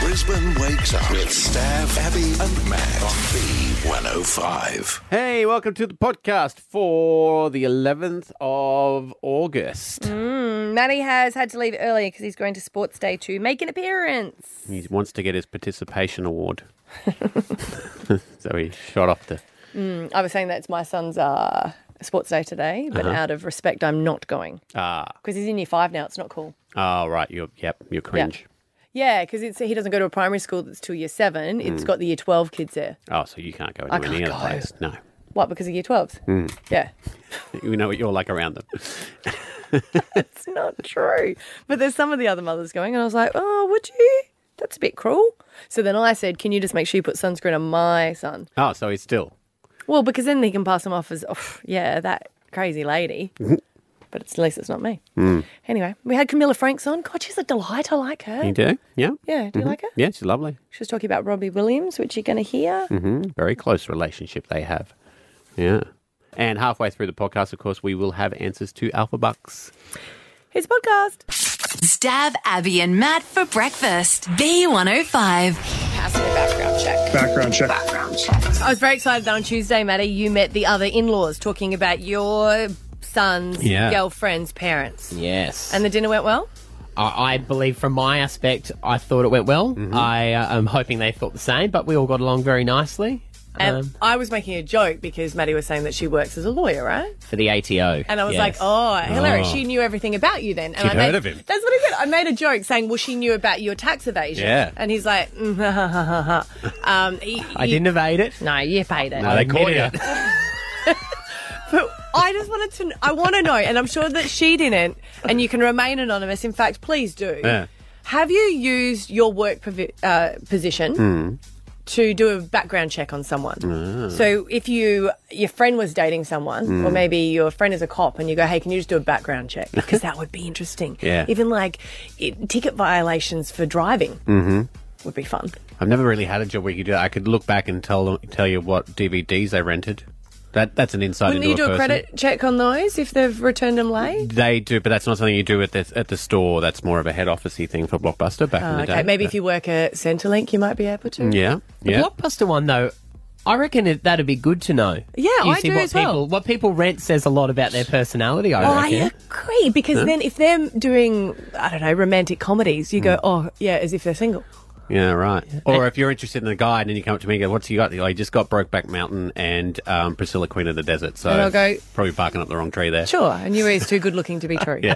Brisbane wakes up with Stav, Abby, and Matt on B105. Hey, welcome to the podcast for the 11th of August. Mm, Matty has had to leave earlier because he's going to Sports Day to make an appearance. He wants to get his participation award. so he shot off the. Mm, I was saying that's my son's uh, Sports Day today, but out of respect, I'm not going Ah, because he's in year five now. It's not cool. oh, right. You're, yep, you're cringe. Yeah, because he doesn't go to a primary school that's till year seven. It's got the year 12 kids there. Oh, so you can't go anywhere can't near the go. place. No. What, because of year 12s? Yeah. You know what you're like around them. It's not true. But there's some of the other mothers going, and I was like, oh, would you? That's a bit cruel. So then I said, can you just make sure you put sunscreen on my son? Oh, so he's still. Well, because then they can pass them off as, oh, yeah, that crazy lady. but it's, at least it's not me. Mm. Anyway, we had Camilla Franks on. God, she's a delight. I like her. You do? Yeah. Mm-hmm. Yeah, do you like her? Yeah, she's lovely. She was talking about Robbie Williams, which you're going to hear. Mm, Very close relationship they have. Yeah. And halfway through the podcast, of course, we will have answers to Alpha Bucks. His podcast. Stab Abby and Matt for breakfast. B105. Background check. I was very excited that on Tuesday, Maddie, you met the other in laws talking about your son's Yeah. girlfriend's parents. Yes. And And the dinner went well? I, I believe, from my aspect, I thought it went well. Mm-hmm. I uh, am hoping they thought the same, but we all got along very nicely And Um, I was making a joke because Maddie was saying that she works as a lawyer, right? for the ATO. And I was Yes. like, oh, hilarious. Oh. She knew everything about you then. And She'd I heard made, of him. That's what I said. I made a joke saying, well, she knew about your tax evasion. Yeah. And he's like, mm, ha, ha, ha, ha, ha. Um, he- I he- didn't evade it. No, you paid it. Oh, they caught admitted you. it. But I just wanted to, kn- I want to know, and I'm sure that she didn't, and you can remain anonymous. In fact, please do. Yeah. Have you used your work provi- uh, position Hmm. Hmm. to do a background check on someone? Hmm. So if you your friend was dating someone, or maybe your friend is a cop, and you go, "Hey, can you just do a background check?" Because that would be interesting. Yeah. Even like it, ticket violations for driving would be fun. I've never really had a job where you could do that. I could look back and tell tell you what DVDs they rented. That that's an insight Wouldn't into you do a person. credit check on those if they've returned them late? They do, but that's not something you do at the at the store. That's more of a head officey thing for Blockbuster back in the Oh, Ah, Okay, day. maybe if you work at Centrelink, you might be able to. yeah, yeah. Blockbuster one, though, I reckon it, that'd be good to know. Yeah, you I see do what as well. people, What people rent says a lot about their personality, I Oh, I reckon. agree because then if they're doing I don't know romantic comedies, you go Hmm. oh yeah, as if they're single. Yeah, right. Or if you're interested in the guy and then you come up to me and go, "What's you got?" I just got Brokeback Mountain and um, Priscilla Queen of the Desert. So And I'll go- probably barking up the wrong tree there. Sure, and you is too good looking to be true.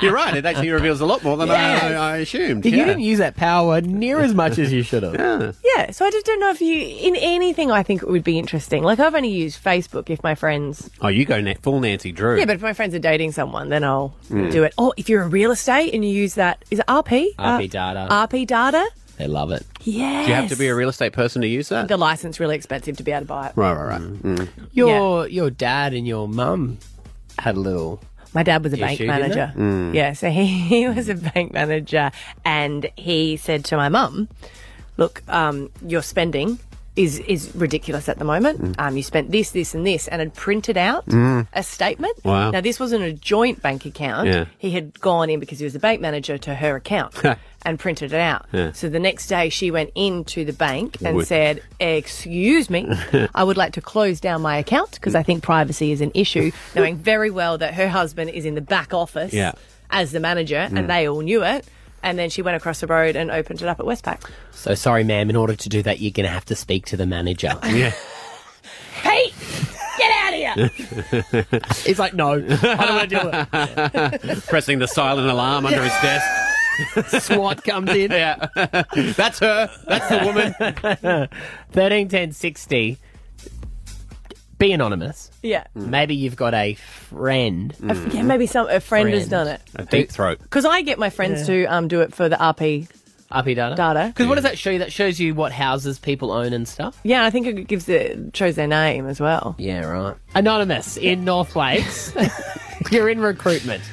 You're right. It actually reveals a lot more than Yes. I, I assumed. You yeah. didn't use that power near as much as you should have. Yeah, so I just don't know if you in anything I think it would be interesting. Like I've only used Facebook if my friends oh, you go na- full Nancy Drew. Yeah, but if my friends are dating someone, then I'll Hmm. do it. Or if you're a real estate and you use that is it RP? RP Uh, data. RP data? They love it. Yes. do you have to be a real estate person to use that? the license really expensive to be able to buy it. right, right, right. Mm. Your your dad and your mum had a little. My dad was a Yeah, bank she did that? manager. Hmm. Mm. Yeah, so he, he was a bank manager and he said to my mum, Look, um, your spending is, is ridiculous at the moment. Um, you spent this, this, and this, and had printed out Mm. a statement. Wow. Now, this wasn't a joint bank account. Yeah. He had gone in because he was a bank manager to her account and printed it out. So the next day she went into the bank and Would- said, Excuse me, I would like to close down my account because I think privacy is an issue, knowing very well that her husband is in the back office Yeah. Mm. as the manager and they all knew it. And then she went across the road and opened it up at Westpac. So sorry, ma'am. In order to do that, you're going to have to speak to the manager. Yeah. Pete, get out of here! He's like, no, I don't want to do it. pressing the silent alarm under his desk. SWAT comes in. Yeah. That's her. That's the woman. 13, 10, 60. Be anonymous. yeah. Mm. Maybe you've got a friend. A f- yeah, maybe some a friend, has Friend. done it. A deep throat. Because I get my friends to um, do it for the RP Uppy data. data. Because what does that show you? That shows you what houses people own and stuff. Yeah, I think it gives it shows their name as well. Yeah, right. Anonymous in North Lakes. You're in recruitment.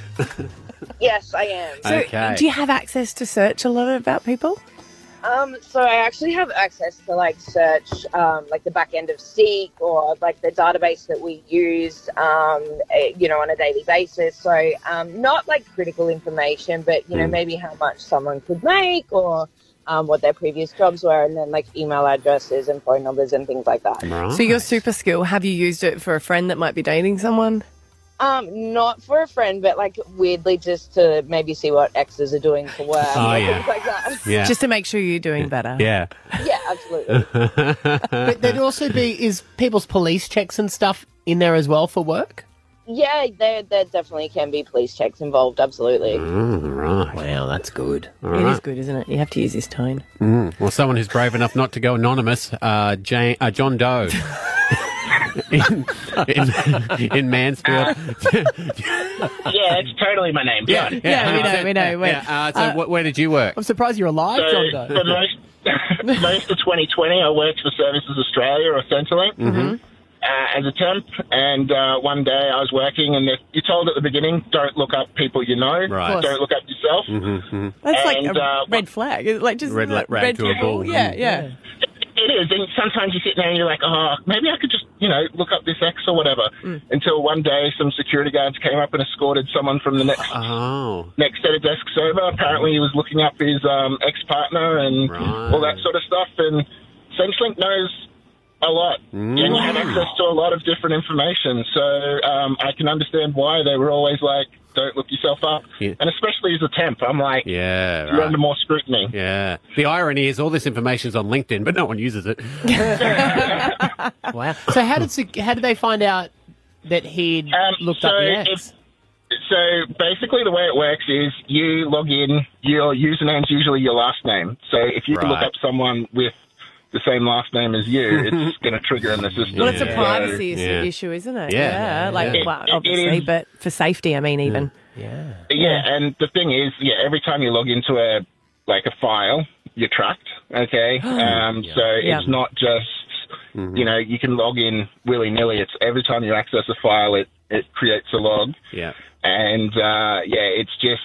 Yes, I am. So, Okay. do you have access to search a lot about people? Um, so I actually have access to like search, um, like the back end of Seek or like the database that we use, um, eh, you know, on a daily basis. So Hmm. um, not like critical information, but you know, maybe how much someone could make or um, what their previous jobs were, and then like email addresses and phone numbers and things like that. So your super skill, have you used it for a friend that might be dating someone? Um, not for a friend, but like weirdly, just to maybe see what exes are doing for work. Oh, and yeah. things like that. Yeah. Just to make sure you're doing better. yeah. Yeah, absolutely. Uh-huh. But there'd also be is people's police checks and stuff in there as well for work. yeah, there there definitely can be police checks involved. Absolutely. All right. Wow, that's good. It is good, isn't it? You have to use this tone. Mm. Well, someone who's brave enough not to go anonymous, uh, Jane, uh, John Doe. in, in, in Mansfield. Yeah, it's totally my name. yeah, John. Yeah, we know, 100%. we know, we- Yeah, uh, so, wh- where did you work? I'm surprised you're alive, So John for Doe. most most of 2020, I worked for Services Australia or Centrelink Mm-hmm. uh, as a temp. And uh, one day I was working, and they- you're told at the beginning, don't look up people you know, Right. Of course. don't look up yourself. That's like And, a uh, red flag. It's Like just Red like, rag to a bull. Yeah, yeah. It is, and sometimes you sit there and you're like, oh, maybe I could just, you know, look up this X or whatever. Mm. Until one day, some security guards came up and escorted someone from the next Oh, next set of desks over. Apparently, he was looking up his um, ex partner and Right. all that sort of stuff. And Centrelink knows a lot. Mm. And you have access to a lot of different information. So um, I can understand why they were always like, don't look yourself up. Yeah. And especially as a temp, I'm like, yeah. you're Right. under more scrutiny. Yeah. The irony is all this information is on LinkedIn, but no one uses it. Wow. So how did sec- how did they find out that he'd Um, looked so up the if- ex? So basically, the way it works is you log in. Your username's usually your last name. So if you Right. look up someone with the same last name as you, it's going to trigger in the system. Well, it's a So- privacy is- Yeah. issue, isn't it? Yeah. Like, Yeah. well, It- it obviously, is- but for safety, I mean, even. Yeah. Yeah, and the thing is, yeah, every time you log into a like a file, you're tracked. Okay, um, so Yeah. it's not just Mm-hmm. you know you can log in willy nilly. It's every time you access a file, it it creates a log, Yeah. and uh, yeah, it's just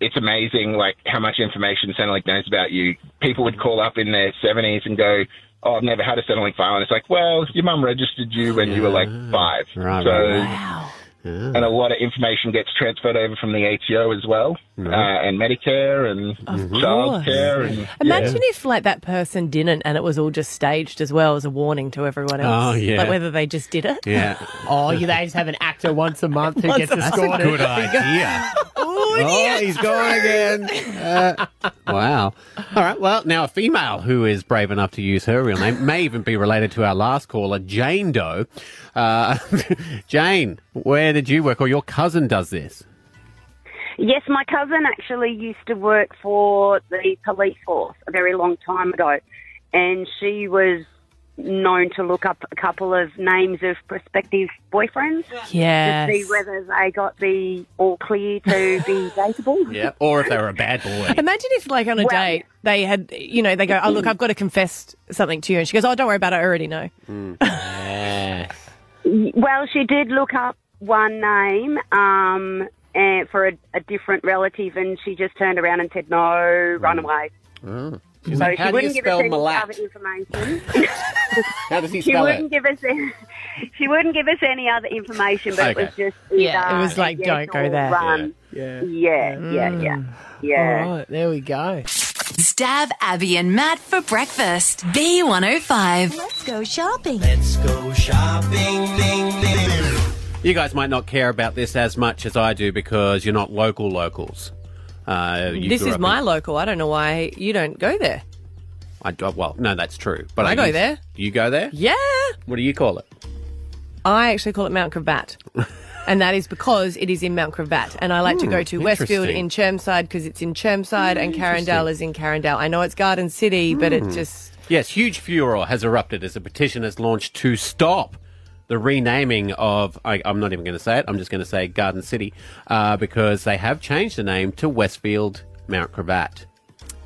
it's amazing like how much information Centrelink knows about you. People would call up in their seventies and go. Oh, I've never had a Centrelink file, and it's like, well, your mum registered you when you were like five, Ah, Right, so right, right. Wow. and a lot of information gets transferred over from the ATO as well, uh, and Medicare and childcare, and Imagine if, like, that person didn't and it was all just staged as well as a warning to everyone else. Oh, yeah. Like, whether they just did it. Yeah. Oh, you they just have an actor once a month who gets escorted. Good idea. oh, he's going again. Uh, wow. All right. Well, now a female who is brave enough to use her real name may even be related to our last caller, Jane Doe. Uh, Jane, where did you work? Or your cousin does this? Yes, my cousin actually used to work for the police force a very long time ago, and she was known to look up a couple of names of prospective boyfriends to see Yes. whether they got the all clear to be dateable. Yeah. Or if they were a bad boy. Imagine if, like, on a Well- date, they had, you know, they go, oh, look, I've got to confess something to you. And she goes, oh, don't worry about it. I already know. Well, she did look up one name um, and for a, a different relative, and she just turned around and said, "No, run away." So Mm. like, "How she do you wouldn't give us spell any Malat?" other information. How does he She spell wouldn't it? give us. a- She wouldn't give us any other information, but Okay. it was just Yeah, either it was like, yes don't go or there. Run. Yeah. Mm. Yeah, yeah, yeah, yeah. All right, there we go. Stab Abby and Matt for breakfast. B105. Let's go shopping. You guys might not care about this as much as I do because you're not local locals. Uh, you This grew is up my local. I don't know why you don't go there. In, I, well, no, that's true. But I, I go use- there. You go there? Yeah. What do you call it? I actually call it Mount Cravat. and that is because it is in Mount Cravat. And I like to go to Westfield in Chermside because it's in Chermside and Carindale is in Carindale. I know it's Garden City, but it just. Hmm. Yes, huge furor has erupted as a petition is launched to stop the renaming of, I, I'm not even going to say it, I'm just going to say Garden City, uh, because they have changed the name to Westfield Mount Cravat.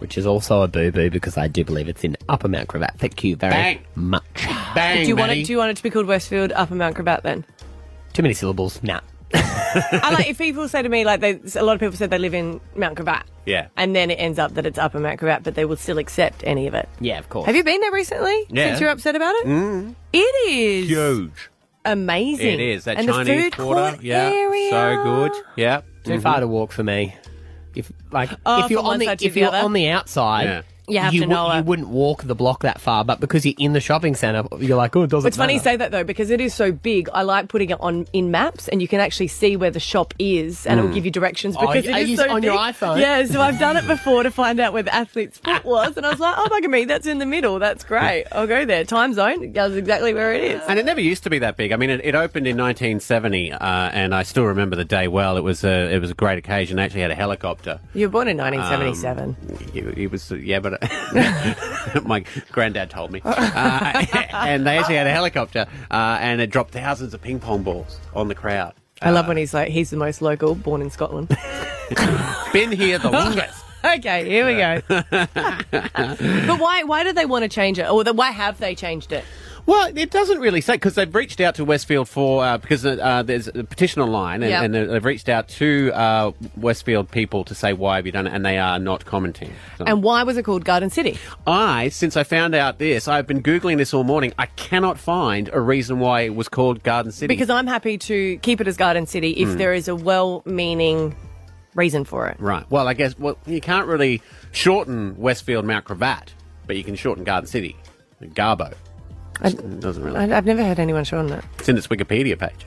Which is also a boo boo because I do believe it's in Upper Mount Cravat. Thank you very Bang. much. Bang! Do you, want Matty. it, do you want it to be called Westfield Upper Mount Cravat then? Too many syllables. Nah. I like if people say to me, like, they, a lot of people said they live in Mount Cravat. Yeah. And then it ends up that it's Upper Mount Cravat, but they will still accept any of it. Yeah, of course. Have you been there recently? Yeah. Since you're upset about it? It is Mm. Huge. amazing. It is. That and the Chinese food quarter. court Yeah. area. So good. Yeah. Too far to walk for me. If like Oh, if you're from Mm-hmm. Oh, one on the side to if the you're other? on the outside, Yeah. You have to wou- know You it. wouldn't walk the block that far, but because you're in the shopping centre, you're like, oh, it doesn't It's funny you matter. say that though because it is so big. I like putting it on in maps, and you can actually see where the shop is, and it will Mm. give you directions Oh, because are it is you so on your big. iPhone? Yeah, so I've done it before to find out where the athlete's foot was, and I was like, oh bugger me, that's in the middle. That's great. I'll go there. Time zone. That's exactly where it is. And it never used to be that big. I mean, it, it opened in 1970, uh, and I still remember the day well. It was a it was a great occasion. They actually had a helicopter. Um, You were born in Um, 1977. It, it was yeah, but uh, my granddad told me. Uh, and they actually had a helicopter, uh, and it dropped thousands of ping pong balls on the crowd. I uh, love when he's like, he's the most local, born in Scotland. Been here the longest. okay, here we go. But why? Why do they want to change it, or the, why have they changed it? Well, it doesn't really say because they've reached out to Westfield for uh, because uh, there's a petition online and, Yeah. and they've reached out to uh, Westfield people to say why have you done it, and they are not commenting. So- And why was it called Garden City? I, since I found out this, I've been googling this all morning. I cannot find a reason why it was called Garden City. Because I'm happy to keep it as Garden City if Mm. there is a well-meaning reason for it. right. Well, I guess well you can't really shorten Westfield Mount Cravat, but you can shorten Garden City, Garbo. it doesn't really. I, I've never heard anyone shorten it. it's in its Wikipedia page.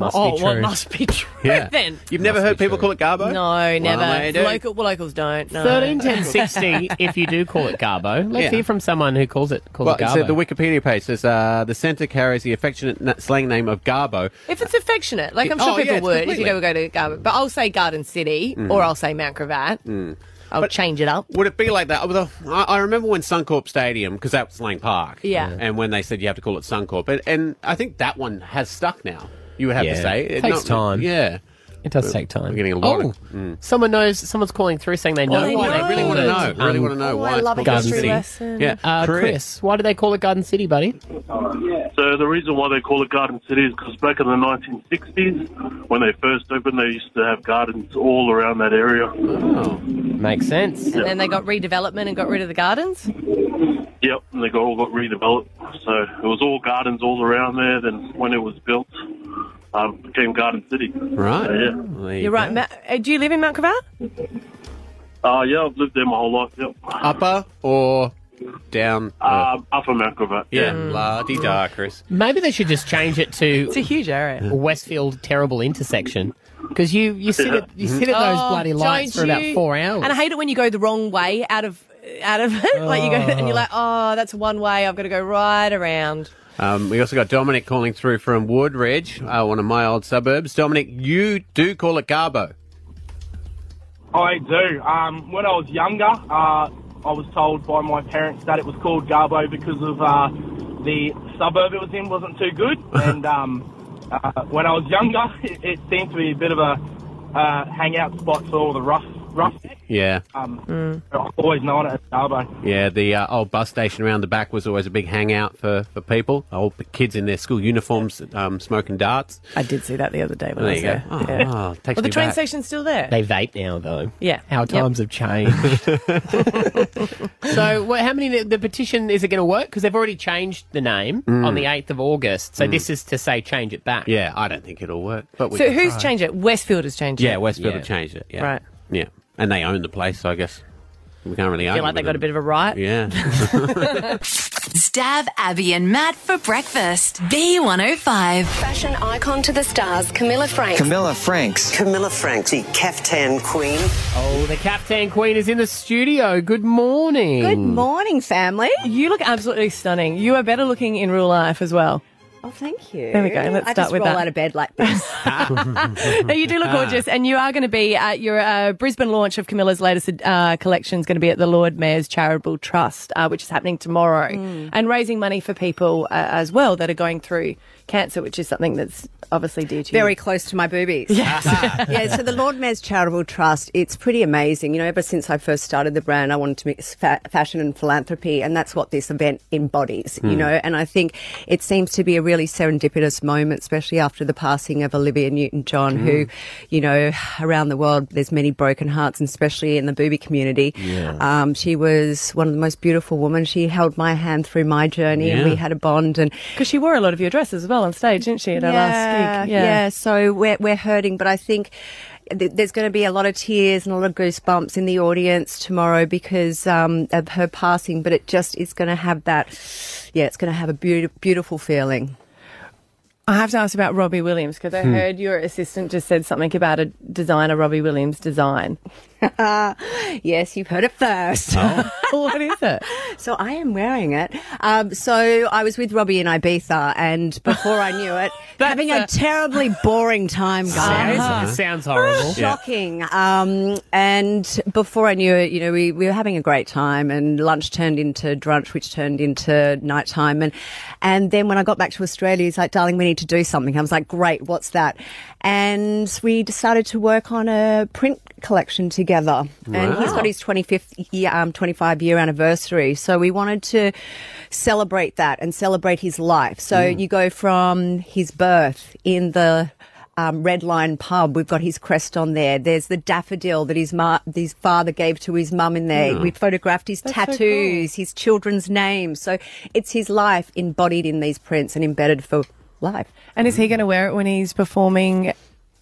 oh, well, it must be true Yeah. then. You've never heard people call it Garbo? No, never. they do. Local, well, locals don't. No. 13, 10, 60, if you do call it Garbo. Let's Yeah. hear from someone who calls it, calls Well, it Garbo. it said the Wikipedia page says uh, the centre carries the affectionate na- slang name of Garbo. If it's affectionate, like I'm Yeah. sure Oh, yeah, people it's would if completely. you ever go to Garden, but I'll say Garden City Mm. or I'll say Mount Cravat. I'll change it up. Hmm. Would it be like that? Although, I I remember when Suncorp Stadium, because that was Lang Park. Yeah. Yeah. And when they said you have to call it Suncorp. And, and I think that one has stuck now, you would have to Yeah. say. It takes time. Yeah. It does take time. We're getting a lot Oh. of. Mm. Someone knows. Someone's calling through saying they know. Oh, they why know. Really wanna called know. it, Really wanna know Oh, why I it's love a called Garden history City. lesson. Yeah. Uh, Chris. Chris. why do they call it Garden City, buddy? So the reason why they call it Garden City is because back in the 1960s, when they first opened, they used to have gardens all around that area. Oh. Makes sense. And then they got redevelopment and got rid of the gardens. Yep, and they got, all got redeveloped. So it was all gardens all around there. Then when it was built, um, it became Garden City. Right. So, yeah. There You're right. Ma- uh, do you live in Mount Cravat? Uh, yeah, I've lived there my whole life. Yep. Upper or down? uh, Um, upper Mount Gravatt. Yeah. Mm. La di da, Chris. Maybe they should just change it to. it's a huge area. Westfield terrible intersection because you you sit at you Mm-hmm. sit at those Oh, bloody lights don't for about you? four hours. And I hate it when you go the wrong way out of out of it. like you go and you're like, oh, that's one way. I've got to go right around. Um, we also got Dominic calling through from Woodridge, uh, one of my old suburbs. Dominic, you do call it Garbo. I do. Um, when I was younger, uh, I was told by my parents that it was called Garbo because of uh, the suburb it was in wasn't too good. And um, uh, when I was younger, it, it seemed to be a bit of a uh, hangout spot for all the rough, rough. Yeah. Um, I've always known it as Garbo. Yeah, the uh, old bus station around the back was always a big hangout for, for people. Old p- kids in their school uniforms um, smoking darts. I did see that the other day when I was there. Oh, Yeah. oh, takes well, the me train back. station's still there. They vape now though. Yeah. Our Yep. times have changed. so, what, how many the petition is it going to work? Because they've already changed the name Mm. on the eighth of August. So Mm. this is to say change it back. Yeah, I don't think it'll work. But we so can who's try. changed it? Westfield has changed it. Yeah, Westfield have changed it. Yeah. Right. Yeah, and they own the place, so I guess we can't really. Feel argue like they with got a them. bit of a right. Yeah. Stab Abby and Matt for breakfast. B105. Fashion icon to the stars, Camilla Frank. Camilla Franks. Camilla Franks, the caftan queen. Oh, the Captain Queen is in the studio. Good morning. Good morning, family. You look absolutely stunning. You are better looking in real life as well. Oh, thank you. There we go. Let's I start just with roll that. out of bed like this. no, you do look gorgeous, and you are going to be at your uh, Brisbane launch of Camilla's latest uh, collection. Is going to be at the Lord Mayor's Charitable Trust, uh, which is happening tomorrow, Mm. and raising money for people uh, as well that are going through cancer, which is something that's obviously dear to you. Very close to my boobies. Yes. yeah, so the Lord Mayor's Charitable Trust, it's pretty amazing. You know, ever since I first started the brand, I wanted to mix fa- fashion and philanthropy, and that's what this event embodies, you Hmm. know. And I think it seems to be a really serendipitous moment, especially after the passing of Olivia Newton John, who, Hmm. Mm. you know, around the world, there's many broken hearts, and especially in the boobie community. Yeah. Um, she was one of the most beautiful women. She held my hand through my journey, and Yeah. we had a bond. And Because she wore a lot of your dresses as well on stage, didn't she? At our last gig. yeah. So we're, we're hurting, but I think th- there's going to be a lot of tears and a lot of goosebumps in the audience tomorrow because um, of her passing. But it just is going to have that. Yeah, it's going to have a beautiful, beautiful feeling. I have to ask about Robbie Williams because I Hmm. heard your assistant just said something about a designer, Robbie Williams design. yes, you've heard it first. Oh. what is it? So I am wearing it. Um, so I was with Robbie in Ibiza, and before I knew it, having a, terribly boring time, guys. Sounds, it sounds horrible. Shocking. Um, and before I knew it, you know, we, we were having a great time, and lunch turned into brunch, which turned into nighttime. And and then when I got back to Australia, he's like, "Darling, we need to do something." I was like, "Great, what's that?" And we decided to work on a print collection together. And he's Wow. got his 25th year, um, 25 year anniversary. So we wanted to celebrate that and celebrate his life. So Mm. you go from his birth in the um, Red Lion pub. We've got his crest on there. There's the daffodil that his ma- his father gave to his mum in there. Yeah. We photographed his That's so cool. tattoos, his children's names. So it's his life embodied in these prints and embedded for life. And is he going to wear it when he's performing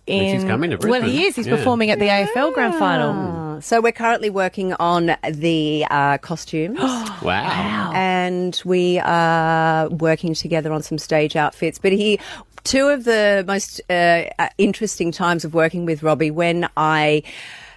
in? he's coming to well, he Brisbane. is. He's Yeah. performing at the AFL Grand Final. So we're currently working on the uh, costumes. Wow. And we are working together on some stage outfits. But he, two of the most uh, uh, interesting times of working with Robbie when I.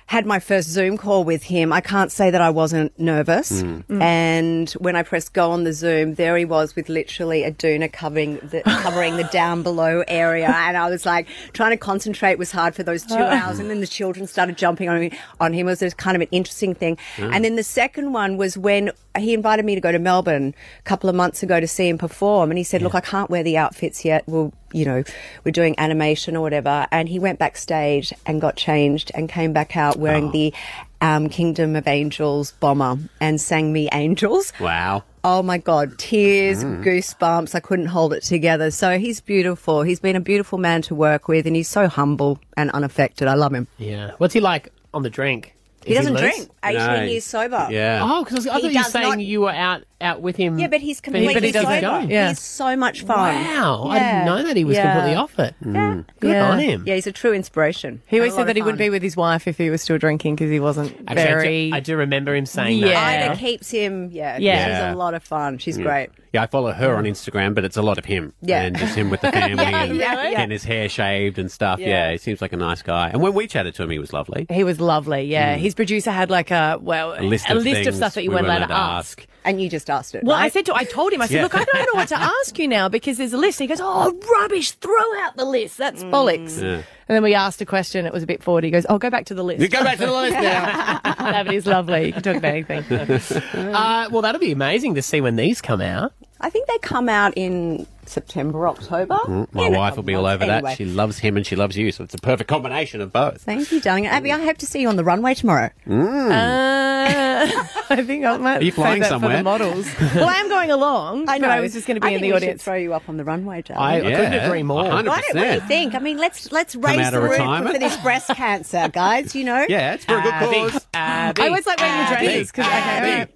Had my first Zoom call with him. I can't say that I wasn't nervous. Mm. Mm. And when I pressed go on the Zoom, there he was with literally a doona covering the covering the down below area. And I was like, trying to concentrate was hard for those two hours. And then the children started jumping on me, on him. It was just kind of an interesting thing. Mm. And then the second one was when he invited me to go to Melbourne a couple of months ago to see him perform. And he said, Look, I can't wear the outfits yet. We'll, you know, we're doing animation or whatever. And he went backstage and got changed and came back out wearing the um, Kingdom of Angels bomber and sang me Angels. Wow. Oh my God, tears, Mm. goosebumps. I couldn't hold it together. So he's beautiful. He's been a beautiful man to work with and he's so humble and unaffected. I love him. Yeah. What's he like on the drink? He Is doesn't loose? drink. 18 years sober. Oh, because I He thought you were does saying not- you were out out with him. Yeah, but he's but he- completely but he doesn't sober. go. Yeah. He's so much fun. Wow, I didn't know that he was completely off it. Mm. Yeah. Good yeah. on him. Yeah, he's a true inspiration. He always Had a lot said that of he would fun. be with his wife if he was still drinking because he wasn't Actually, I do- very. I, do, remember him saying Ida that. keeps him. Yeah, Yeah. she's a lot of fun. She's Yeah. great. Yeah, I follow her on Instagram, but it's a lot of him. Yeah. And just him with the family Yeah, and yeah, yeah. getting his hair shaved and stuff. Yeah. Yeah. he seems like a nice guy. And when we chatted to him, he was lovely. He was lovely. Yeah, his producer had like a well Hmm. A list of things stuff that you we weren't allowed weren't to allowed to ask. And you just asked it. Well, I said to, I told him, I said, Yeah. look, I don't know what to ask you now because there's a list. And he goes, oh, rubbish, throw out the list. That's Hmm. bollocks. Yeah. And then we asked a question. It was a bit forward. He goes, oh, go back to the list. You go back to the list now. no, but he's lovely. You can talk about anything. uh, well, that'll be amazing to see when these come out. I think they come out in September, October. Mm, My In a wife will be all over Anyway. that. She loves him and she loves you, so it's a perfect combination of both. Thank you, darling. Abby, I hope to see you on the runway tomorrow. Hmm. Mm. Uh, I think I might Are you save flying that For somewhere? the models. well, I am going along. I know. But I was just going to I be in think the we should audience. throw you up on the runway, darling. I, I couldn't agree more. Why don't, what do you think? I mean, let's let's raise out the of roof retirement? for this breast cancer, guys. You know. Yeah, it's for a good Abby, cause. I always like wearing the Abby, dresses because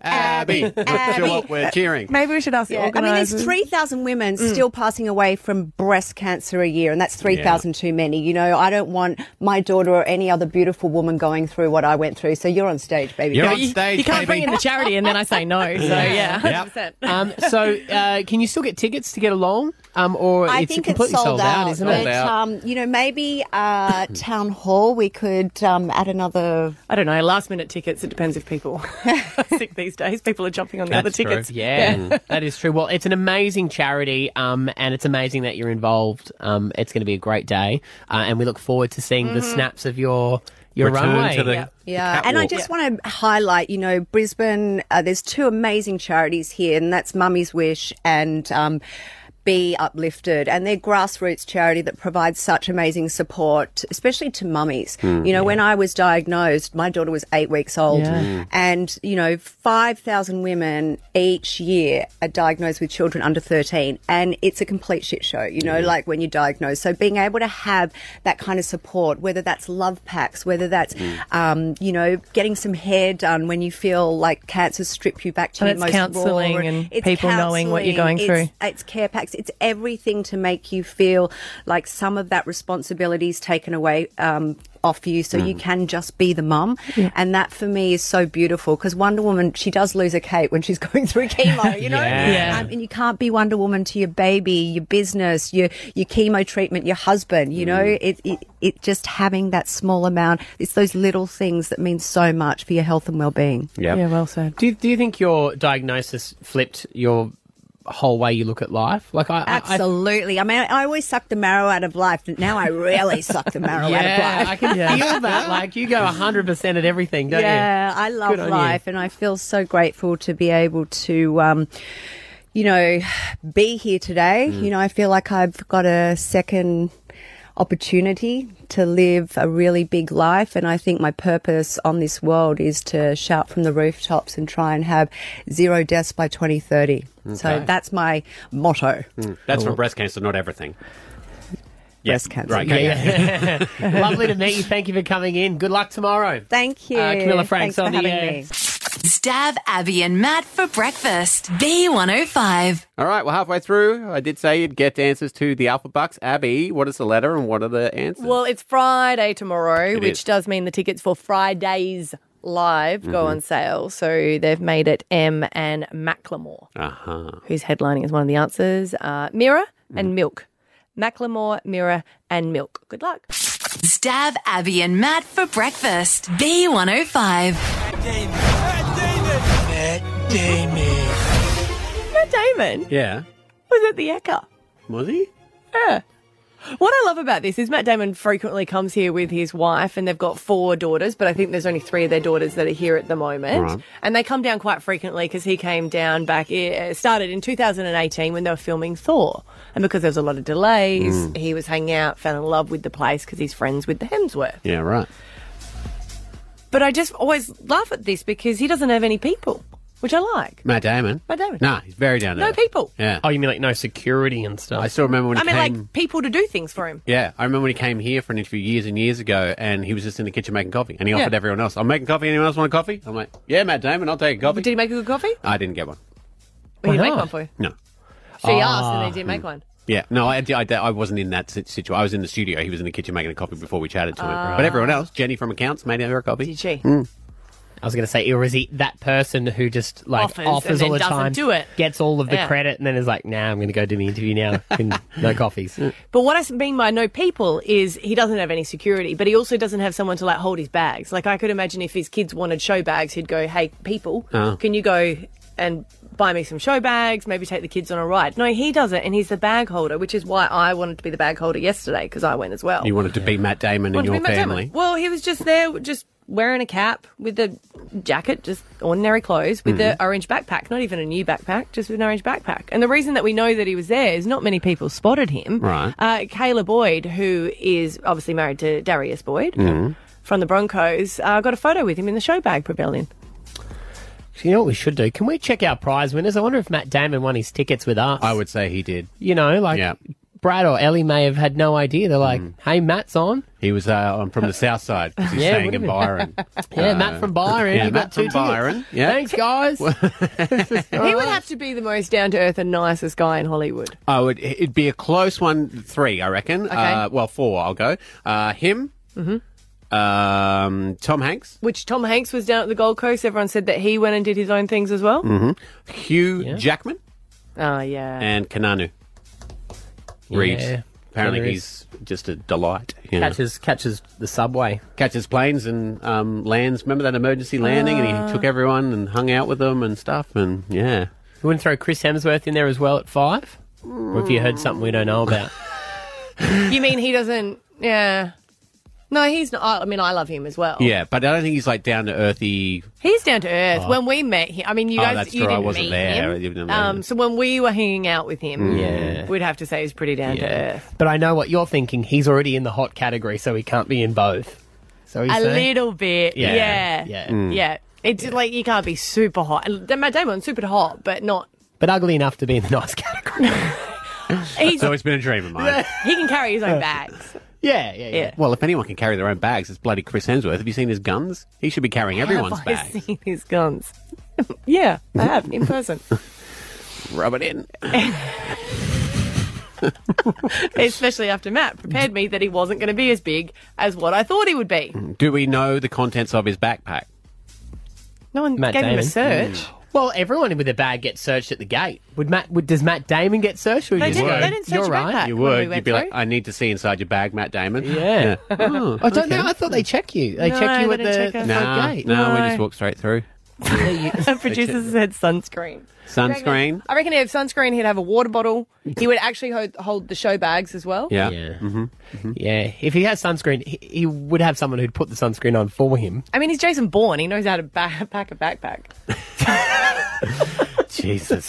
Abby, let's show up. We're cheering. maybe we should ask Yeah, the I mean, organisers. Mm. there's 3,000 women still passing away from breast cancer a year, and that's 3,000 too many. You know, I don't want my daughter or any other beautiful woman going through what I went through. So you're on stage, baby. You're Go. on You- stage, you can't baby. bring in the charity, and then I say no. So yeah, Yep. 100%. Um, so, uh, can you still get tickets to get along? Um, or I it's think it's completely sold, out, out, isn't but, it? Um, you know, maybe uh, town hall. We could um, add another. I don't know. Last minute tickets. It depends if people are sick these days. People are jumping on the other tickets. True. Yeah, Hmm. that is true. Well, it's an amazing charity, um, and it's amazing that you're involved. Um, it's going to be a great day, uh, and we look forward to seeing the Mhm. snaps of your your Return runway. to the- Yeah, and I just want to highlight, you know, Brisbane. Uh, there's two amazing charities here, and that's Mummy's Wish and. Um, be uplifted and they're grassroots charity that provides such amazing support especially to mummies Mm. Hmm. you know when i was diagnosed my daughter was eight weeks old Yeah. Hmm. Mm. and you know 5000 women each year are diagnosed with children under 13 and it's a complete shit show you know Yeah. like when you're diagnosed so being able to have that kind of support whether that's love packs whether that's Mm. um, you know getting some hair done when you feel like cancer stripped you back to And your it's most counselling raw, and it's people knowing what you're counselling, going through. it's- it's care packs. It's everything to make you feel like some of that responsibility is taken away um, off you so you Mm. can just be the mum. And that for me is so beautiful because Wonder Woman, she does lose a cape when she's going through chemo, you know? Yeah. Yeah. Um, and you can't be Wonder Woman to your baby, your business, your, your chemo treatment, your husband, you know? It, it, it just having that small amount, it's those little things that mean so much for your health and well being. Yeah, well said. Do you, do you think your diagnosis flipped your whole way you look at life? Like I, I, I Absolutely. I mean, I always suck the marrow out of life, but now I really suck the marrow out yeah, of life. I can feel that. Like you go 100% at everything, don't yeah, you? I love Good on you. life, and I feel so grateful to be able to, um, you know, be here today. Mm. You know, I feel like I've got a second opportunity to live a really big life and I think my purpose on this world is to shout from the rooftops and try and have zero deaths by 2030. So Okay. that's my motto. Mm. That's Oh. for breast cancer, not everything. Breast cancer. Right. okay, yeah. Yeah. Lovely to meet you. Thank you for coming in. Good luck tomorrow. Thank you. Uh, Camilla Thanks Franks for on the having air. me. Stab Abby and Matt for breakfast. B105. All right, well, halfway through, I did say you'd get answers to the Alpha Bucks. Abby, what is the letter and what are the answers? Well, it's Friday tomorrow, It which is. does mean the tickets for Friday's live go Mhm. on sale. So they've made it M and Macklemore, Uh huh. who's headlining as one of the answers. Uh, Mirror and Milk. Macklemore, Mirror, and Milk. Good luck. Stab Abby and Matt for breakfast. B105. Matt Damon Yeah. was at the Ecker. Was he? Yeah. What I love about this is Matt Damon frequently comes here with his wife, and they've got four daughters, but I think there's only three of their daughters that are here at the moment. Right. And they come down quite frequently because he came down back, it started in 2018 when they were filming Thor. And because there was a lot of delays, Mm. he was hanging out, fell in love with the place because he's friends with the Hemsworth. Yeah, right. But I just always laugh at this because he doesn't have any people, which I like. Matt Damon. Matt Damon. Nah, he's very down there. No people. Yeah. Oh, you mean like no security and stuff? I still remember when I he mean, came. like people to do things for him. Yeah, I remember when he came here for an interview years and years ago, and he was just in the kitchen making coffee, and he Yeah. offered everyone else, "I'm making coffee. Anyone else want a coffee?" I'm like, "Yeah, Matt Damon, I'll take a coffee." Did he make a good coffee? I didn't get one. Or Why he make not? one for you? No. So he asked and Ah. they didn't make one. Yeah, no, I, I, I wasn't in that situation. I was in the studio. He was in the kitchen making a coffee before we chatted to him. Ah. But everyone else, Jenny from accounts, made her a coffee. Mm. Did she? I was going to say, or is he that person who just like Offers offers, and then all the doesn't time, do it? gets all of the Yeah. credit, and then is like, "Now nah, I'm going to go do the interview now." And no coffees. But what I mean by no people is he doesn't have any security, but he also doesn't have someone to like hold his bags. Like I could imagine if his kids wanted show bags, he'd go, "Hey, people, Ah. Oh. can you go and buy me some show bags? Maybe take the kids on a ride." No, he doesn't, and he's the bag holder, which is why I wanted to be the bag holder yesterday because I went as well. You wanted to be Matt Damon and Wanted to your be Matt Damon. family. Well, he was just there, just wearing a cap with a jacket, just ordinary clothes, with an Mhm. orange backpack. Not even a new backpack, just with an orange backpack. And the reason that we know that he was there is not many people spotted him. Right. Uh, Kayla Boyd, who is obviously married to Darius Boyd Mhm. from the Broncos, uh, got a photo with him in the Showbag Pavilion. So you know what we should do? Can we check our prize winners? I wonder if Matt Damon won his tickets with us. I would say he did. You know, like Brad or Ellie may have had no idea. They're like, Mm. "Hey, Matt's on." He was uh, on- from the south side 'cause he's Yeah, staying would've in been. Byron. Yeah, Uh, Matt from Byron. Yeah, you Matt got two from tickets. Byron. Yeah. Thanks, guys. he would have to be the most down to earth and nicest guy in Hollywood. Oh, it, it'd be a close one. Three, I reckon. Okay. Uh, well, four. I'll go. Uh, him. Mhm. Um, Tom Hanks. Which Tom Hanks was down at the Gold Coast. Everyone said that he went and did his own things as well. hmm Mm-hmm. Hugh Jackman Oh, yeah. and Kananu. Reeves. Apparently, he's just a delight. you know. catches catches the subway. catches planes and um, lands. Remember that emergency landing, Ah. and he took everyone and hung out with them and stuff. And yeah, You wouldn't throw Chris Hemsworth in there as well at five? Or have you heard something we don't know about? You mean he doesn't? Yeah. No, he's not. I I mean, I love him as well. yeah, but I don't think he's like down to earthy. He's down to earth. Oh. When we met him, I mean, you Oh, guys, that's you true. I didn't wasn't meet there. You him. didn't- Um, so when we were hanging out with him, Mm. Yeah. we'd have to say he's pretty down to earth. But I know what you're thinking. He's already in the hot category, so he can't be in both. So he's A little bit, Yeah. yeah, yeah. Yeah. Mm. It's like you can't be super hot. And Matt Damon's super hot, but not. But ugly enough to be in the nice category. He's, It's always been a dream of mine. he can carry his own bags. Yeah, yeah, yeah. Well, if anyone can carry their own bags, it's bloody Chris Hemsworth. Have you seen his guns? He should be carrying everyone's Have I bag. seen his guns? yeah, I have in person. Rub it in. Especially after Matt prepared me that he wasn't going to be as big as what I thought he would be. Do we know the contents of his backpack? No one Matt gave him a Damon. Mm. search. Well, everyone with a bag gets searched at the gate. Would Matt? Would, does Matt Damon get searched? Or They you just didn't- go, they didn't search You're your right. backpack You would. You'd be like, I need to see inside your bag, Matt Damon. Yeah. Oh, I don't know. I thought they check you. They Mm. No, check you they at don't check the, us. the Nah, front gate. nah, we just walk straight through. The producers said sunscreen. Sunscreen. I reckon he'd have sunscreen. He'd have a water bottle. He would actually hold, hold the show bags as well. Yeah. Mm-hmm. Yeah. yeah. If he has sunscreen, he, he would have someone who'd put the sunscreen on for him. I mean, he's Jason Bourne. He knows how to ba- pack a backpack. Jesus.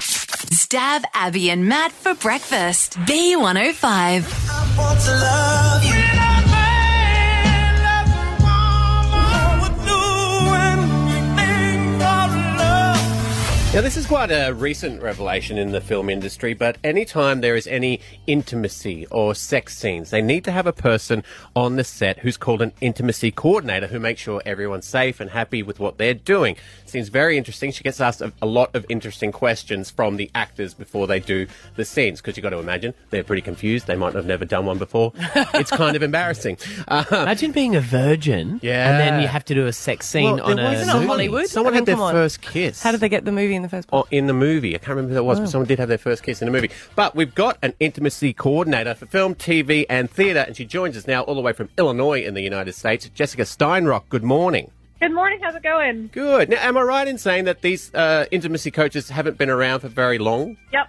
Stab Abby and Matt for breakfast. B105. Now, this is quite a recent revelation in the film industry, but anytime there is any intimacy or sex scenes, they need to have a person on the set who's called an intimacy coordinator who makes sure everyone's safe and happy with what they're doing. Seems very interesting. She gets asked a, a lot of interesting questions from the actors before they do the scenes, because you've got to imagine they're pretty confused. They might have never done one before. it's kind of embarrassing. Uh, Imagine being a virgin. Yeah. And then you have to do a sex scene Well, on there a. wasn't a movie. Hollywood. Someone had their come on. first kiss. How did they get the movie in the first place? or Oh, in the movie. I can't remember who that was, Oh. but someone did have their first kiss in a movie. But we've got an intimacy coordinator for film, TV, and theatre, and she joins us now all the way from Illinois in the United States. Jessica Steinrock, good morning. Good morning. How's it going? Good. Now, am I right in saying that these uh, intimacy coaches haven't been around for very long? Yep.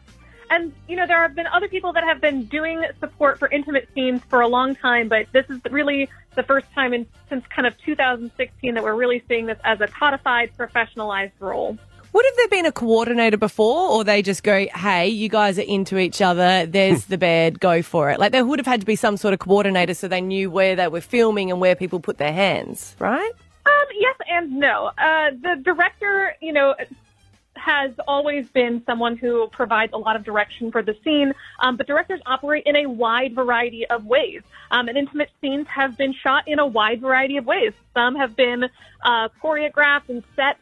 And, you know, there have been other people that have been doing support for intimate scenes for a long time, but this is really the first time in, since kind of 2016 that we're really seeing this as a codified, professionalized role. Would have there been a coordinator before, or they just go, "Hey, you guys are into each other. There's the bed. Go for it." Like there would have had to be some sort of coordinator so they knew where they were filming and where people put their hands, right? Um, yes and no. Uh, the director, you know, has always been someone who provides a lot of direction for the scene, um, but directors operate in a wide variety of ways. Um, and intimate scenes have been shot in a wide variety of ways. Some have been uh, choreographed and set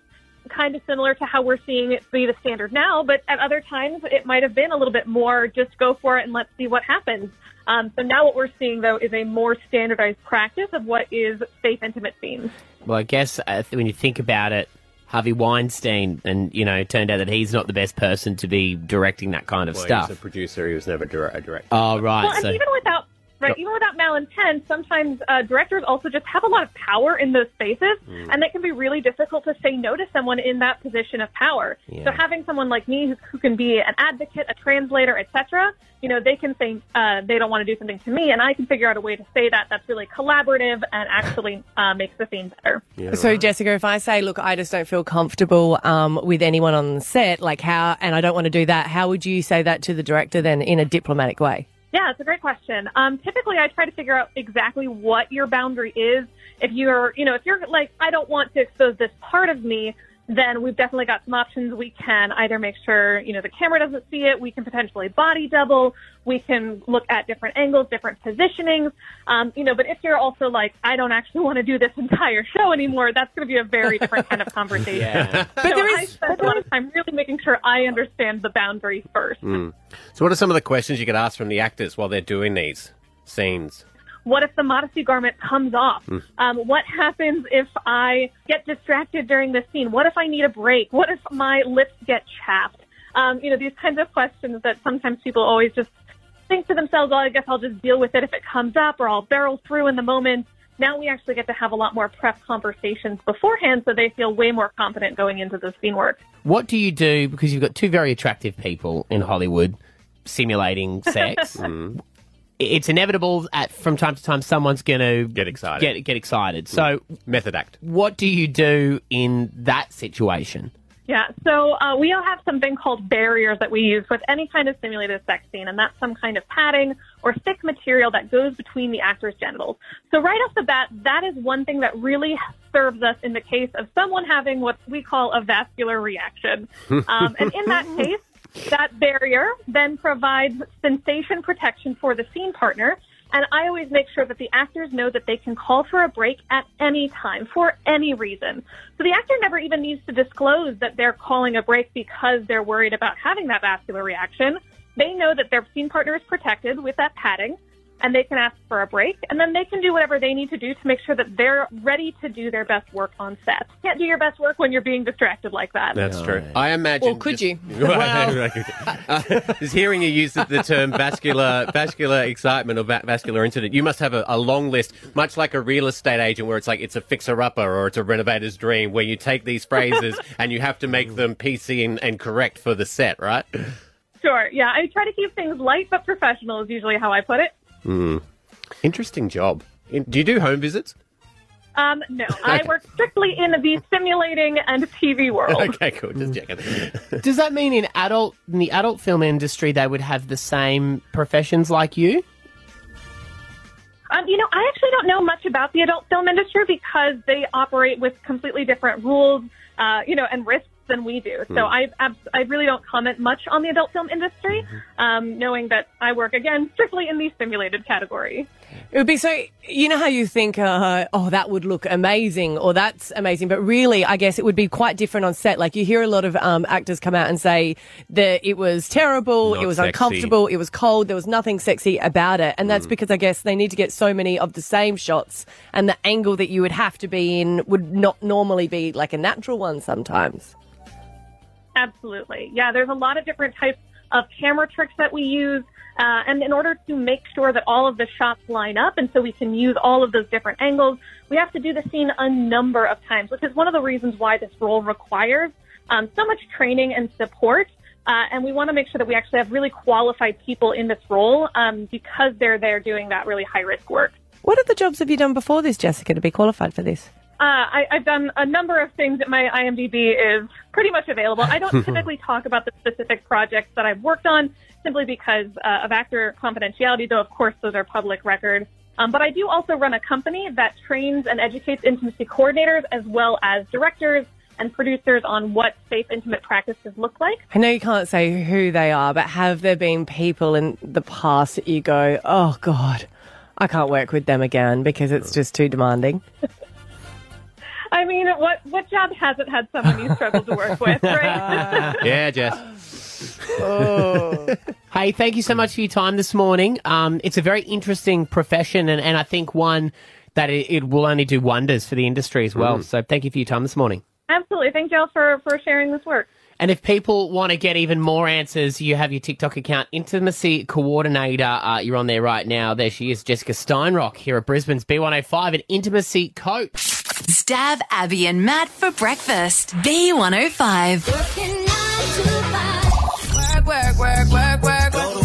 kind of similar to how we're seeing it be the standard now, but at other times it might have been a little bit more just go for it and let's see what happens. Um, so now what we're seeing though is a more standardized practice of what is safe intimate scenes. Well, I guess uh, th- when you think about it, Harvey Weinstein, and you know, it turned out that he's not the best person to be directing that kind of Well, stuff. He was a producer. He was never dir- a director. Oh right, Well, and so even without right, even without malintent, sometimes uh, directors also just have a lot of power in those spaces, Mm. and it can be really difficult to say no to someone in that position of power. Yeah. So having someone like me who, who can be an advocate, a translator, etc., you know, they can say uh, they don't want to do something to me, and I can figure out a way to say that that's really collaborative and actually uh, makes the scene better. so, Jessica, if I say, "Look, I just don't feel comfortable um, with anyone on the set," like how, and I don't want to do that, how would you say that to the director then in a diplomatic way? Yeah, it's a great question. Um, typically, I try to figure out exactly what your boundary is. If you're, you know, if you're like, I don't want to expose this part of me, then we've definitely got some options. We can either make sure, you know, the camera doesn't see it. We can potentially body double. We can look at different angles, different positionings. Um, you know, but if you're also like, I don't actually want to do this entire show anymore, that's going to be a very different kind of conversation. But there is I spend a lot of time really making sure I understand the boundary first. Mm. So, what are some of the questions you could ask from the actors while they're doing these scenes? What if the modesty garment comes off? Mm. Um, what happens if I get distracted during the scene? What if I need a break? What if my lips get chapped? Um, you know, these kinds of questions that sometimes people always just think to themselves, oh, I guess I'll just deal with it if it comes up or I'll barrel through in the moment. Now we actually get to have a lot more prep conversations beforehand so they feel way more confident going into the scene work. what do you do? Because you've got two very attractive people in Hollywood simulating sex. I- It's inevitable at from time to time someone's going to get excited. Get get excited. So method act. What do you do in that situation? Yeah, so uh, we all have something called barriers that we use with any kind of simulated sex scene, and that's some kind of padding or thick material that goes between the actor's genitals. So right off the bat, that is one thing that really serves us in the case of someone having what we call a vascular reaction. Um, and in that case, that barrier then provides sensation protection for the scene partner. And I always make sure that the actors know that they can call for a break at any time for any reason. So the actor never even needs to disclose that they're calling a break because they're worried about having that vascular reaction. They know that their scene partner is protected with that padding, and they can ask for a break, and then they can do whatever they need to do to make sure that they're ready to do their best work on set. You can't do your best work when you're being distracted like that. That's true. I imagine. Or could you? Well, just hearing you use the, the term vascular vascular excitement or va- vascular incident, you must have a, a long list, much like a real estate agent, where it's like it's a fixer upper or it's a renovator's dream, where you take these phrases and you have to make them PC and, and correct for the set, right? Sure. Yeah, I try to keep things light but professional is usually how I put it. Hmm. Interesting job. In- do you do home visits? Um, no, I work strictly in the simulating and TV world. okay, cool. Just checking. Does that mean in adult in the adult film industry they would have the same professions like you? Um, you know, I actually don't know much about the adult film industry because they operate with completely different rules, uh, you know, and risks than we do. Hmm. So I, abs- I really don't comment much on the adult film industry, um, knowing that I work again strictly in the simulated category. It would be so. You know how you think, uh, oh, that would look amazing, or that's amazing, but really, I guess it would be quite different on set. Like you hear a lot of um, actors come out and say that it was terrible, Not it was sexy. uncomfortable, it was cold, there was nothing sexy about it, and Mm. that's because I guess they need to get so many of the same shots, and the angle that you would have to be in would not normally be like a natural one sometimes. Absolutely. Yeah, there's a lot of different types of camera tricks that we use. Uh, and in order to make sure that all of the shots line up and so we can use all of those different angles, we have to do the scene a number of times, which is one of the reasons why this role requires um, so much training and support. Uh, and we want to make sure that we actually have really qualified people in this role um, because they're there doing that really high risk work. What other jobs have you done before this, Jessica, to be qualified for this? Uh, I, I've done a number of things that my IMDb is pretty much available. I don't typically talk about the specific projects that I've worked on simply because uh, of actor confidentiality, though, of course, those are public record. Um, but I do also run a company that trains and educates intimacy coordinators as well as directors and producers on what safe intimate practices look like. I know you can't say who they are, but have there been people in the past that you go, oh God, I can't work with them again because it's just too demanding? I mean, what, what job hasn't had someone you struggle to work with, right? yeah, Jess. Oh. hey, thank you so much for your time this morning. Um, it's a very interesting profession, and, and I think one that it, it will only do wonders for the industry as well. So thank you for your time this morning. Absolutely. Thank y'all for, for sharing this work. And if people want to get even more answers, you have your TikTok account, Intimacy Coordinator. Uh, you're on there right now. There she is, Jessica Steinrock, here at Brisbane's B105 at Intimacy Cope. Stab Abby and Matt for breakfast. B105. Work, work, work, work, work, work.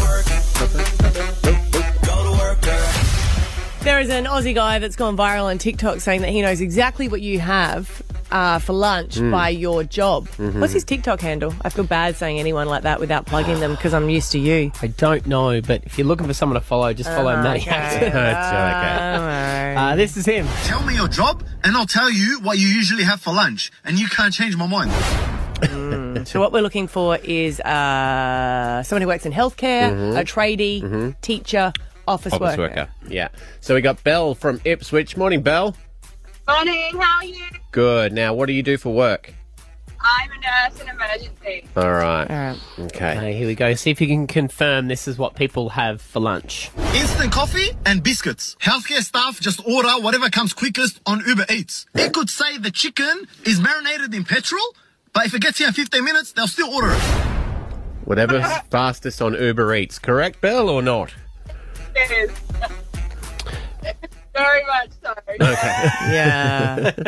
There is an Aussie guy that's gone viral on TikTok saying that he knows exactly what you have uh, for lunch Mm. by your job. Mhm. What's his TikTok handle? I feel bad saying anyone like that without plugging them because I'm used to you. I don't know, but if you're looking for someone to follow, just follow Oh, Matty okay. Uh-huh. Acton. Uh, this is him. Tell me your job, and I'll tell you what you usually have for lunch, and you can't change my mind. so what we're looking for is uh, someone who works in healthcare, Mhm. a tradie, Mhm. teacher, Mm-hmm. office, Office worker. worker. Yeah. So we got Belle from Ipswich. Morning, Belle. Morning, how are you? Good. Now, what do you do for work? I'm a nurse in emergency. All right. All right. Okay. here we go. See if you can confirm this is what people have for lunch. Instant coffee and biscuits. Healthcare staff just order whatever comes quickest on Uber Eats. It could say the chicken is marinated in petrol, but if it gets here in 15 minutes, they'll still order it. Whatever's fastest on Uber Eats. Correct, Belle, or not? Yes. Very much so. Yeah.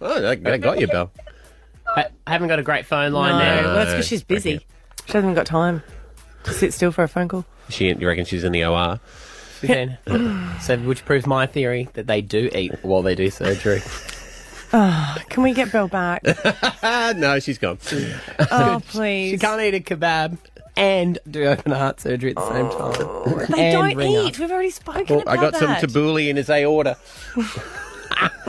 oh, that, that got you, Belle. I I haven't got a great phone No, line there. well, that's because she's busy. She hasn't got time to sit still for a phone call. She, you reckon she's in the OR? Then. so, which proves my theory that they do eat while they do surgery. Oh, can we get Bill back? Ah, no, she's gone. Oh, please. She can't eat a kebab and do open heart surgery at the same time. They And don't ring up. eat. We've already spoken Well, about Oh, I got some that. tabbouleh in his aorta.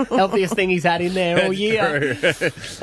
Healthiest thing he's had in there all year.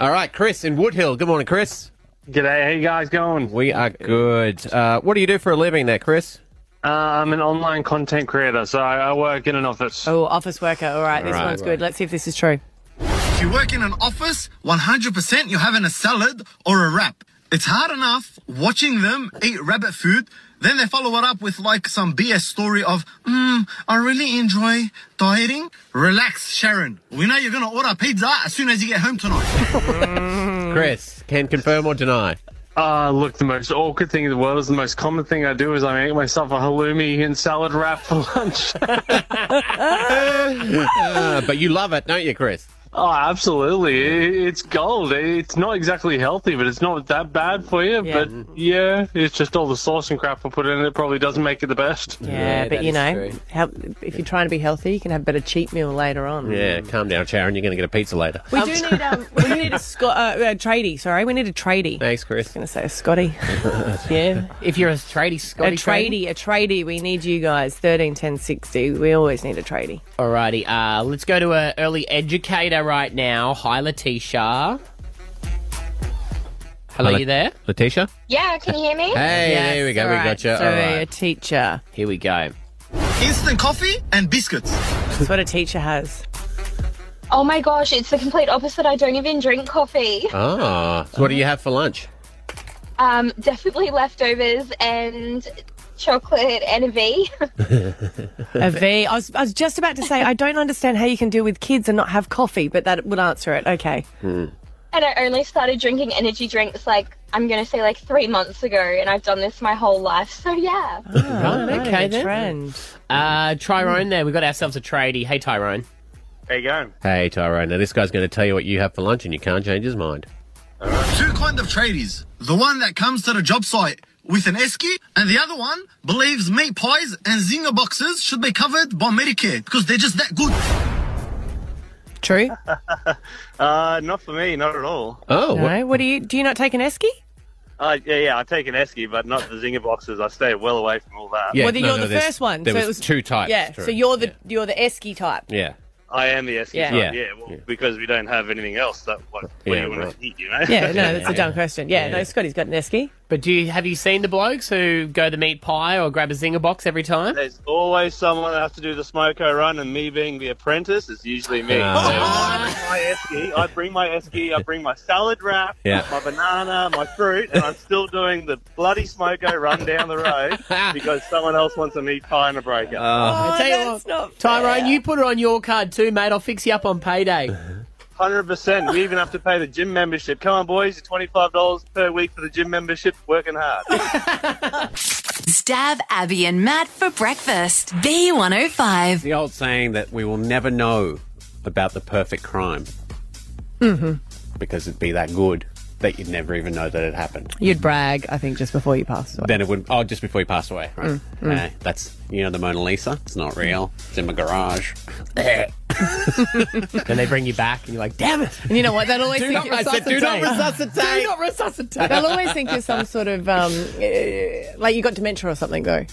All right, Chris in Woodhill. Good morning, Chris. G'day. How you guys going? We are good. Uh, what do you do for a living, there, Chris? Uh, I'm an online content creator, so I I work in an office. Oh, office worker. All right, this Right. one's good. Let's see if this is true. If you work in an office, 100% you're having a salad or a wrap. It's hard enough watching them eat rabbit food, then they follow it up with like some BS story of, mm, I really enjoy dieting. Relax, Sharon. We know you're gonna order pizza as soon as you get home tonight. Mm. Chris, can confirm or deny? Uh, look, the most awkward thing in the world is the most common thing I do is I make myself a halloumi and salad wrap for lunch. Uh, but you love it, don't you, Chris? Oh, absolutely. I- It's gold. It's not exactly healthy, but it's not that bad for you. Yeah. But yeah, it's just all the sauce and crap I put in it probably doesn't make it the best. Yeah, but you know, how, if you're trying to be healthy, you can have a better cheat meal later on. Yeah, calm down, Sharon. You're going to get a pizza later. We do need um, we need a sco- uh, a tradie. Sorry, we need a tradie. Thanks, Chris. going to say Scotty. yeah, if you're a tradie, Scotty a tradie, a tradie. We need you guys. Thirteen ten sixty. We always need a tradie. Alrighty, uh, let's go to an early educator right now. Hi, Letitia. Hello, Hi, you there? Letitia? Yeah, can you hear me? Hey, there we go. We got you. All right. teacher. Here we go. Instant coffee and biscuits. That's what a teacher has. Oh my gosh, it's the complete opposite. I don't even drink coffee. Ah, so what do you have for lunch? Um, definitely leftovers and chocolate and a V. A V. I was I was just about to say I don't understand how you can deal with kids and not have coffee, but that would answer it. Okay. and I only started drinking energy drinks like I'm gonna say like three months ago, and I've done this my whole life. So yeah. Right, Oh, okay good then. Uh, Tyrone, there we got ourselves a tradie. Hey, Tyrone. There you go. Hey, Tyrone. Now, this guy's going to tell you what you have for lunch and you can't change his mind. Two kind of tradies. The one that comes to the job site with an esky, and the other one believes meat pies and zinger boxes should be covered by Medicare because they're just that good. True. Uh, not for me, not at all. no. What? do you do? You not take an esky? Uh, yeah, yeah, I take an esky, but not the zinger boxes. I stay well away from all that. well, you're the first one. there so it was was two types, Yeah. true. So you're the you're the esky type. Yeah. I am the esky. Yeah. Yeah. Yeah, yeah, well, because we don't have anything else. That what, what do Yeah, you want right. to eat? You know? Yeah, no, that's a dumb question. Yeah, Yeah. no, Scotty's got an esky. But do you have you seen the blokes who go the meat pie or grab a zinger box every time? There's always someone that has to do the smoko run, and me being the apprentice, it's usually me. Ah. So I bring my esky, I bring my esky, I bring my salad wrap, Yeah. my banana, my fruit, and I'm still doing the bloody smoko run down the road because someone else wants a meat pie and a breaker. Oh, I tell you what, Tyrone, you put it on your card too, mate. I'll fix you up on payday. Hundred percent. We even have to pay the gym membership. Come on, boys! Twenty-five dollars per week for the gym membership. Working hard. Stab Abby and Matt for breakfast. B105. The old saying that we will never know about the perfect crime Mm-hmm. because it'd be that good that you'd never even know that it happened. You'd brag, I think, just before you passed away. Then it would, oh, just before you passed away, right? Mm, mm. Eh, that's, you know, the Mona Lisa. It's not real. It's in my garage. then they bring you back and you're like, damn it. And you know what? They'll always Do think not- you're I said, do not resuscitate. do not resuscitate. They'll always think you're some sort of um, eh, like you got dementia or something. Go.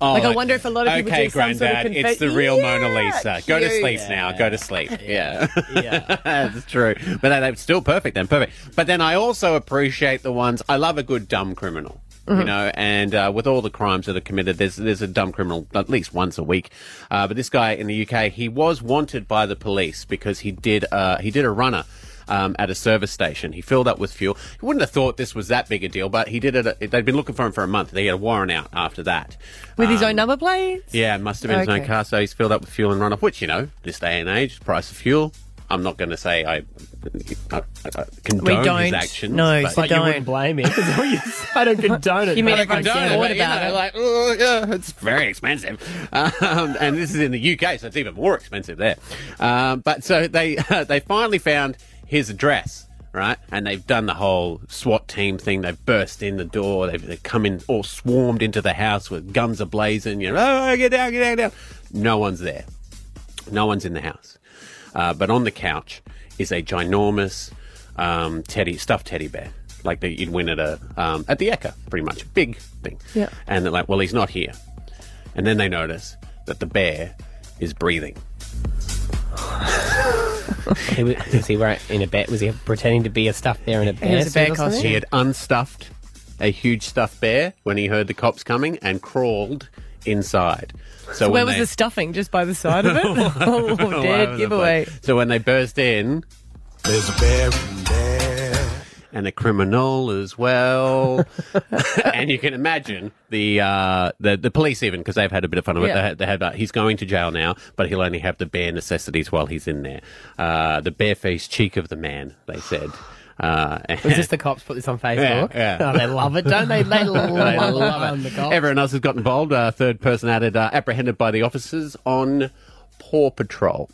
Oh, like I wonder if a lot of people okay, do some sort of Grandad, confe- it's the real Yeah, Mona Lisa. Go to cute. sleep now. Go to sleep. Yeah, yeah, that's true. But that, that's still perfect. Then perfect. But then I also appreciate the ones. I love a good dumb criminal. You Mm-hmm. Mhm. know, and uh, with all the crimes that are committed, there's there's a dumb criminal at least once a week. Uh, but this guy in the UK, he was wanted by the police because he did uh, he did a runner um, at a service station. He filled up with fuel. You wouldn't have thought this was that big a deal, but he did it. uh, They'd been looking for him for a month. They had a warrant out after that. with his Um, own number plate. yeah, it must have been his own Okay. car, so he's filled up with fuel and run off. Which you know, this day and age, the price of fuel. I'm not going to say I, I, I condone his don't. actions. No, you but don't. blame me. I don't condone it. You mean I everyone's it, bored but, about know, it. like, oh, yeah, it's very expensive. Um, and this is in the UK, so it's even more expensive there. Um, but so they they finally found his address, right? And they've done the whole SWAT team thing. They've burst in the door. They've, they've come in, all swarmed into the house with guns ablazing. You know, oh, get down, get down, get down. No one's there. No one's in the house. Uh, but on the couch is a ginormous um, teddy stuffed teddy bear, like that you'd win at a um, at the Eka, pretty much big thing. Yeah. And they're like, well, he's not here. And then they notice that the bear is breathing. he was, was he right in a bed? Was he pretending to be a stuffed bear in a bear? suit or something? He had unstuffed a huge stuffed bear when he heard the cops coming and crawled inside. So where when was they- the stuffing? Just by the side of it. All oh, over the dead place. giveaway. So when they burst in, there's a bear in there. and a criminal as well. and you can imagine the uh, the, the police even because they've had a bit of fun with it. Yeah. They had, they had uh, he's going to jail now, but he'll only have the bare necessities while he's in there. Uh, the barefaced cheek of the man, they said. Uh, Is this the cops put this on Facebook? Yeah, yeah. Oh, they love it, don't they? They I love love it. The it. cops. Everyone else has got involved. Uh, third person added, uh, apprehended by the officers on Paw Patrol.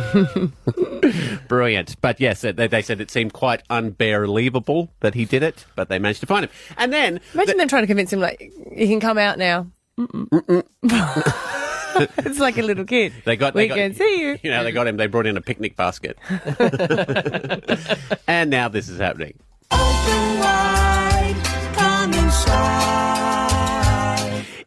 Brilliant. But yes, they, they said it seemed quite unbelievable that he did it, but they managed to find him. And then Imagine them trying to convince him, like, you can come out now. it's like a little kid. they got, they we got can see you. You know, they got him. They brought in a picnic basket. and now this is happening.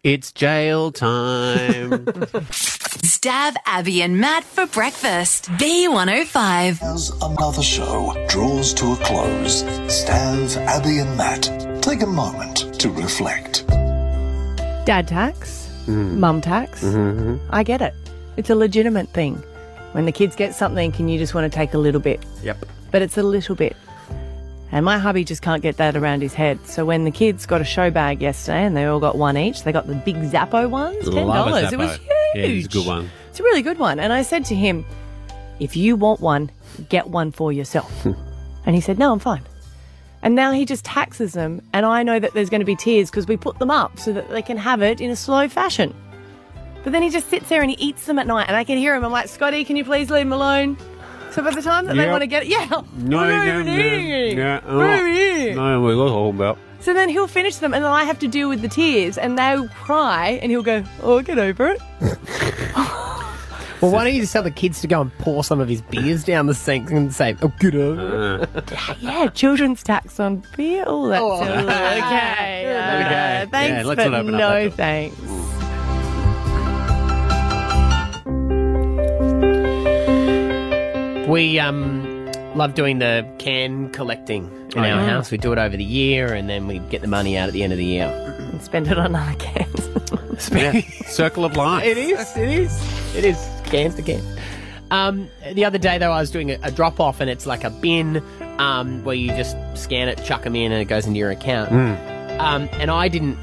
It's jail time. Stab Abby and Matt for breakfast. B105. Another show draws to a close. Stav, Abby, and Matt take a moment to reflect. Dad tax, mum tax. I get it. It's a legitimate thing. When the kids get something, can you just want to take a little bit? Yep. But it's a little bit. And my hubby just can't get that around his head. So when the kids got a show bag yesterday and they all got one each, they got the big Zappo ones, $10. Love a It was Zappo. huge. Yeah, it's a good one. It's a really good one. And I said to him, if you want one, get one for yourself. Hmm. and he said, no, I'm fine. And now he just taxes them. And I know that there's going to be tears because we put them up so that they can have it in a slow fashion. But then he just sits there and he eats them at night. And I can hear him. I'm like, Scotty, can you please leave him alone? So by the time that they Yep. want to get it, yeah. No, no, no, no, Really? oh. no, we got all about. So then he'll finish them and then I have to deal with the tears and they'll cry and he'll go, oh, get over it. Well, why don't you just tell the kids to go and pour some of his beers down the sink and say, "Oh, good." over it." Uh. Yeah, children's tax on beer. Oh, that's Oh. all right. okay. uh, Okay. thanks, Yeah, let's but not open up no that door. thanks. We um, love doing the can collecting Oh, in our yeah. house. We do it over the year, and then we get the money out at the end of the year. And spend it on other cans. Circle of life. It is. It is. It is cans to can. Um, the other day though, I was doing a, a drop off, and it's like a bin um, where you just scan it, chuck them in, and it goes into your account. Um, and I didn't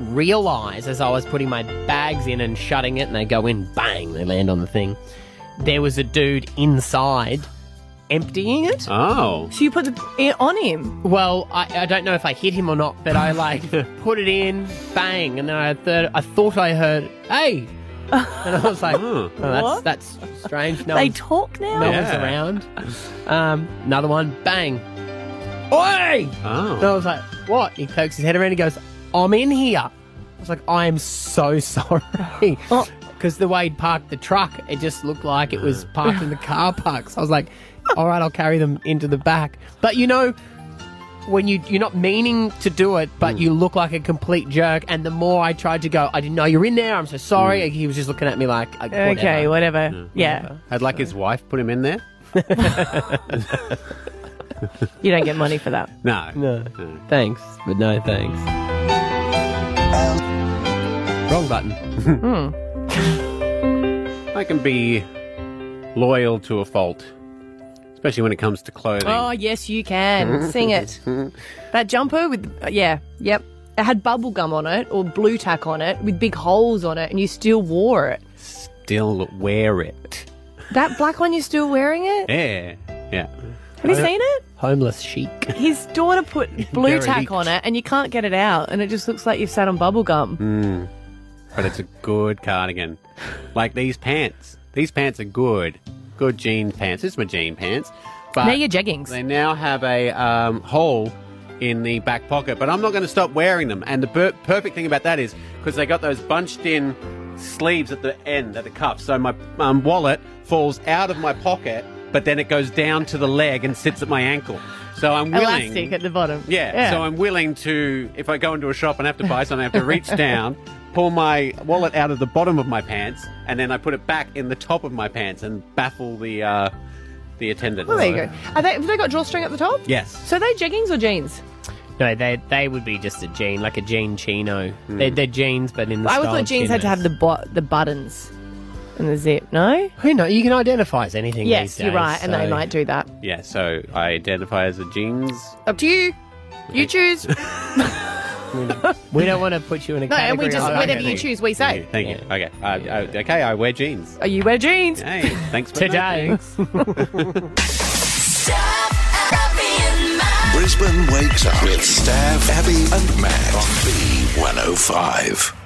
realize as I was putting my bags in and shutting it, and they go in, bang, they land on the thing. There was a dude inside emptying it. Oh. So you put the, it on him? Well, I, I don't know if I hit him or not, but I like put it in, bang, and then I, th- I thought I heard, hey! And I was like, oh, that's, What? that's strange. No they one's- talk now? no one's around. Um, another one, bang. Oi! Oh. And I was like, what? He pokes his head around and goes, I'm in here. I was like, I am so sorry. Oh. Because the way he'd parked the truck, it just looked like it was parked in the car park. So I was like, all right, I'll carry them into the back. But you know, when you you're not meaning to do it, Mm. but you look like a complete jerk. And the more I tried to go, I didn't know you're in there. I'm so sorry. Mm. He was just looking at me like, uh, whatever. Okay, whatever. Yeah. I'd like his wife put him in there. You don't get money for that. No. No. Thanks, but no thanks. Wrong button. Hmm. I can be loyal to a fault, especially when it comes to clothing. Oh, yes, you can. Sing it. That jumper with, uh, yeah, yep. It had bubble gum on it or blue tack on it with big holes on it and you still wore it. Still wear it. That black one, you're still wearing it? Yeah. Yeah. Have you seen it? Homeless chic. His daughter put blue tack Derelict. on it and you can't get it out and it just looks like you've sat on bubble gum. Mm. But it's a good cardigan. Like these pants. These pants are good. Good jean pants. This is my jean pants. But Now your jeggings. They now have a um, hole in the back pocket, but I'm not going to stop wearing them. And the per- perfect thing about that is because they got those bunched in sleeves at the end, at the cuff. So my um, wallet falls out of my pocket, but then it goes down to the leg and sits at my ankle. So I'm willing. Elastic at the bottom. Yeah, So I'm willing to, if I go into a shop and have to buy something, I have to reach down, pull my wallet out of the bottom of my pants, and then I put it back in the top of my pants and baffle the uh, the attendant. Well, there you go. Are they, have they got drawstring at the top? Yes. So are they jeggings or jeans? No, they they would be just a jean, like a jean chino. They're, they're jeans, but in the I always style thought of jeans had to chinos. have the bo- the buttons. and the zip. No, who knows? You can identify as anything. Yes, these you're days, right, and they so- might do that. Yeah, so I identify as a jeans. Up to you. You choose. we don't want to put you in a no, and we category just like whatever that. you choose, we say. Thank you. Okay. Uh, uh, okay, I wear jeans. Oh, you wear jeans. Hey, thanks for Today. oh Brisbane wakes up with Stav, Abby, and Matt on B105.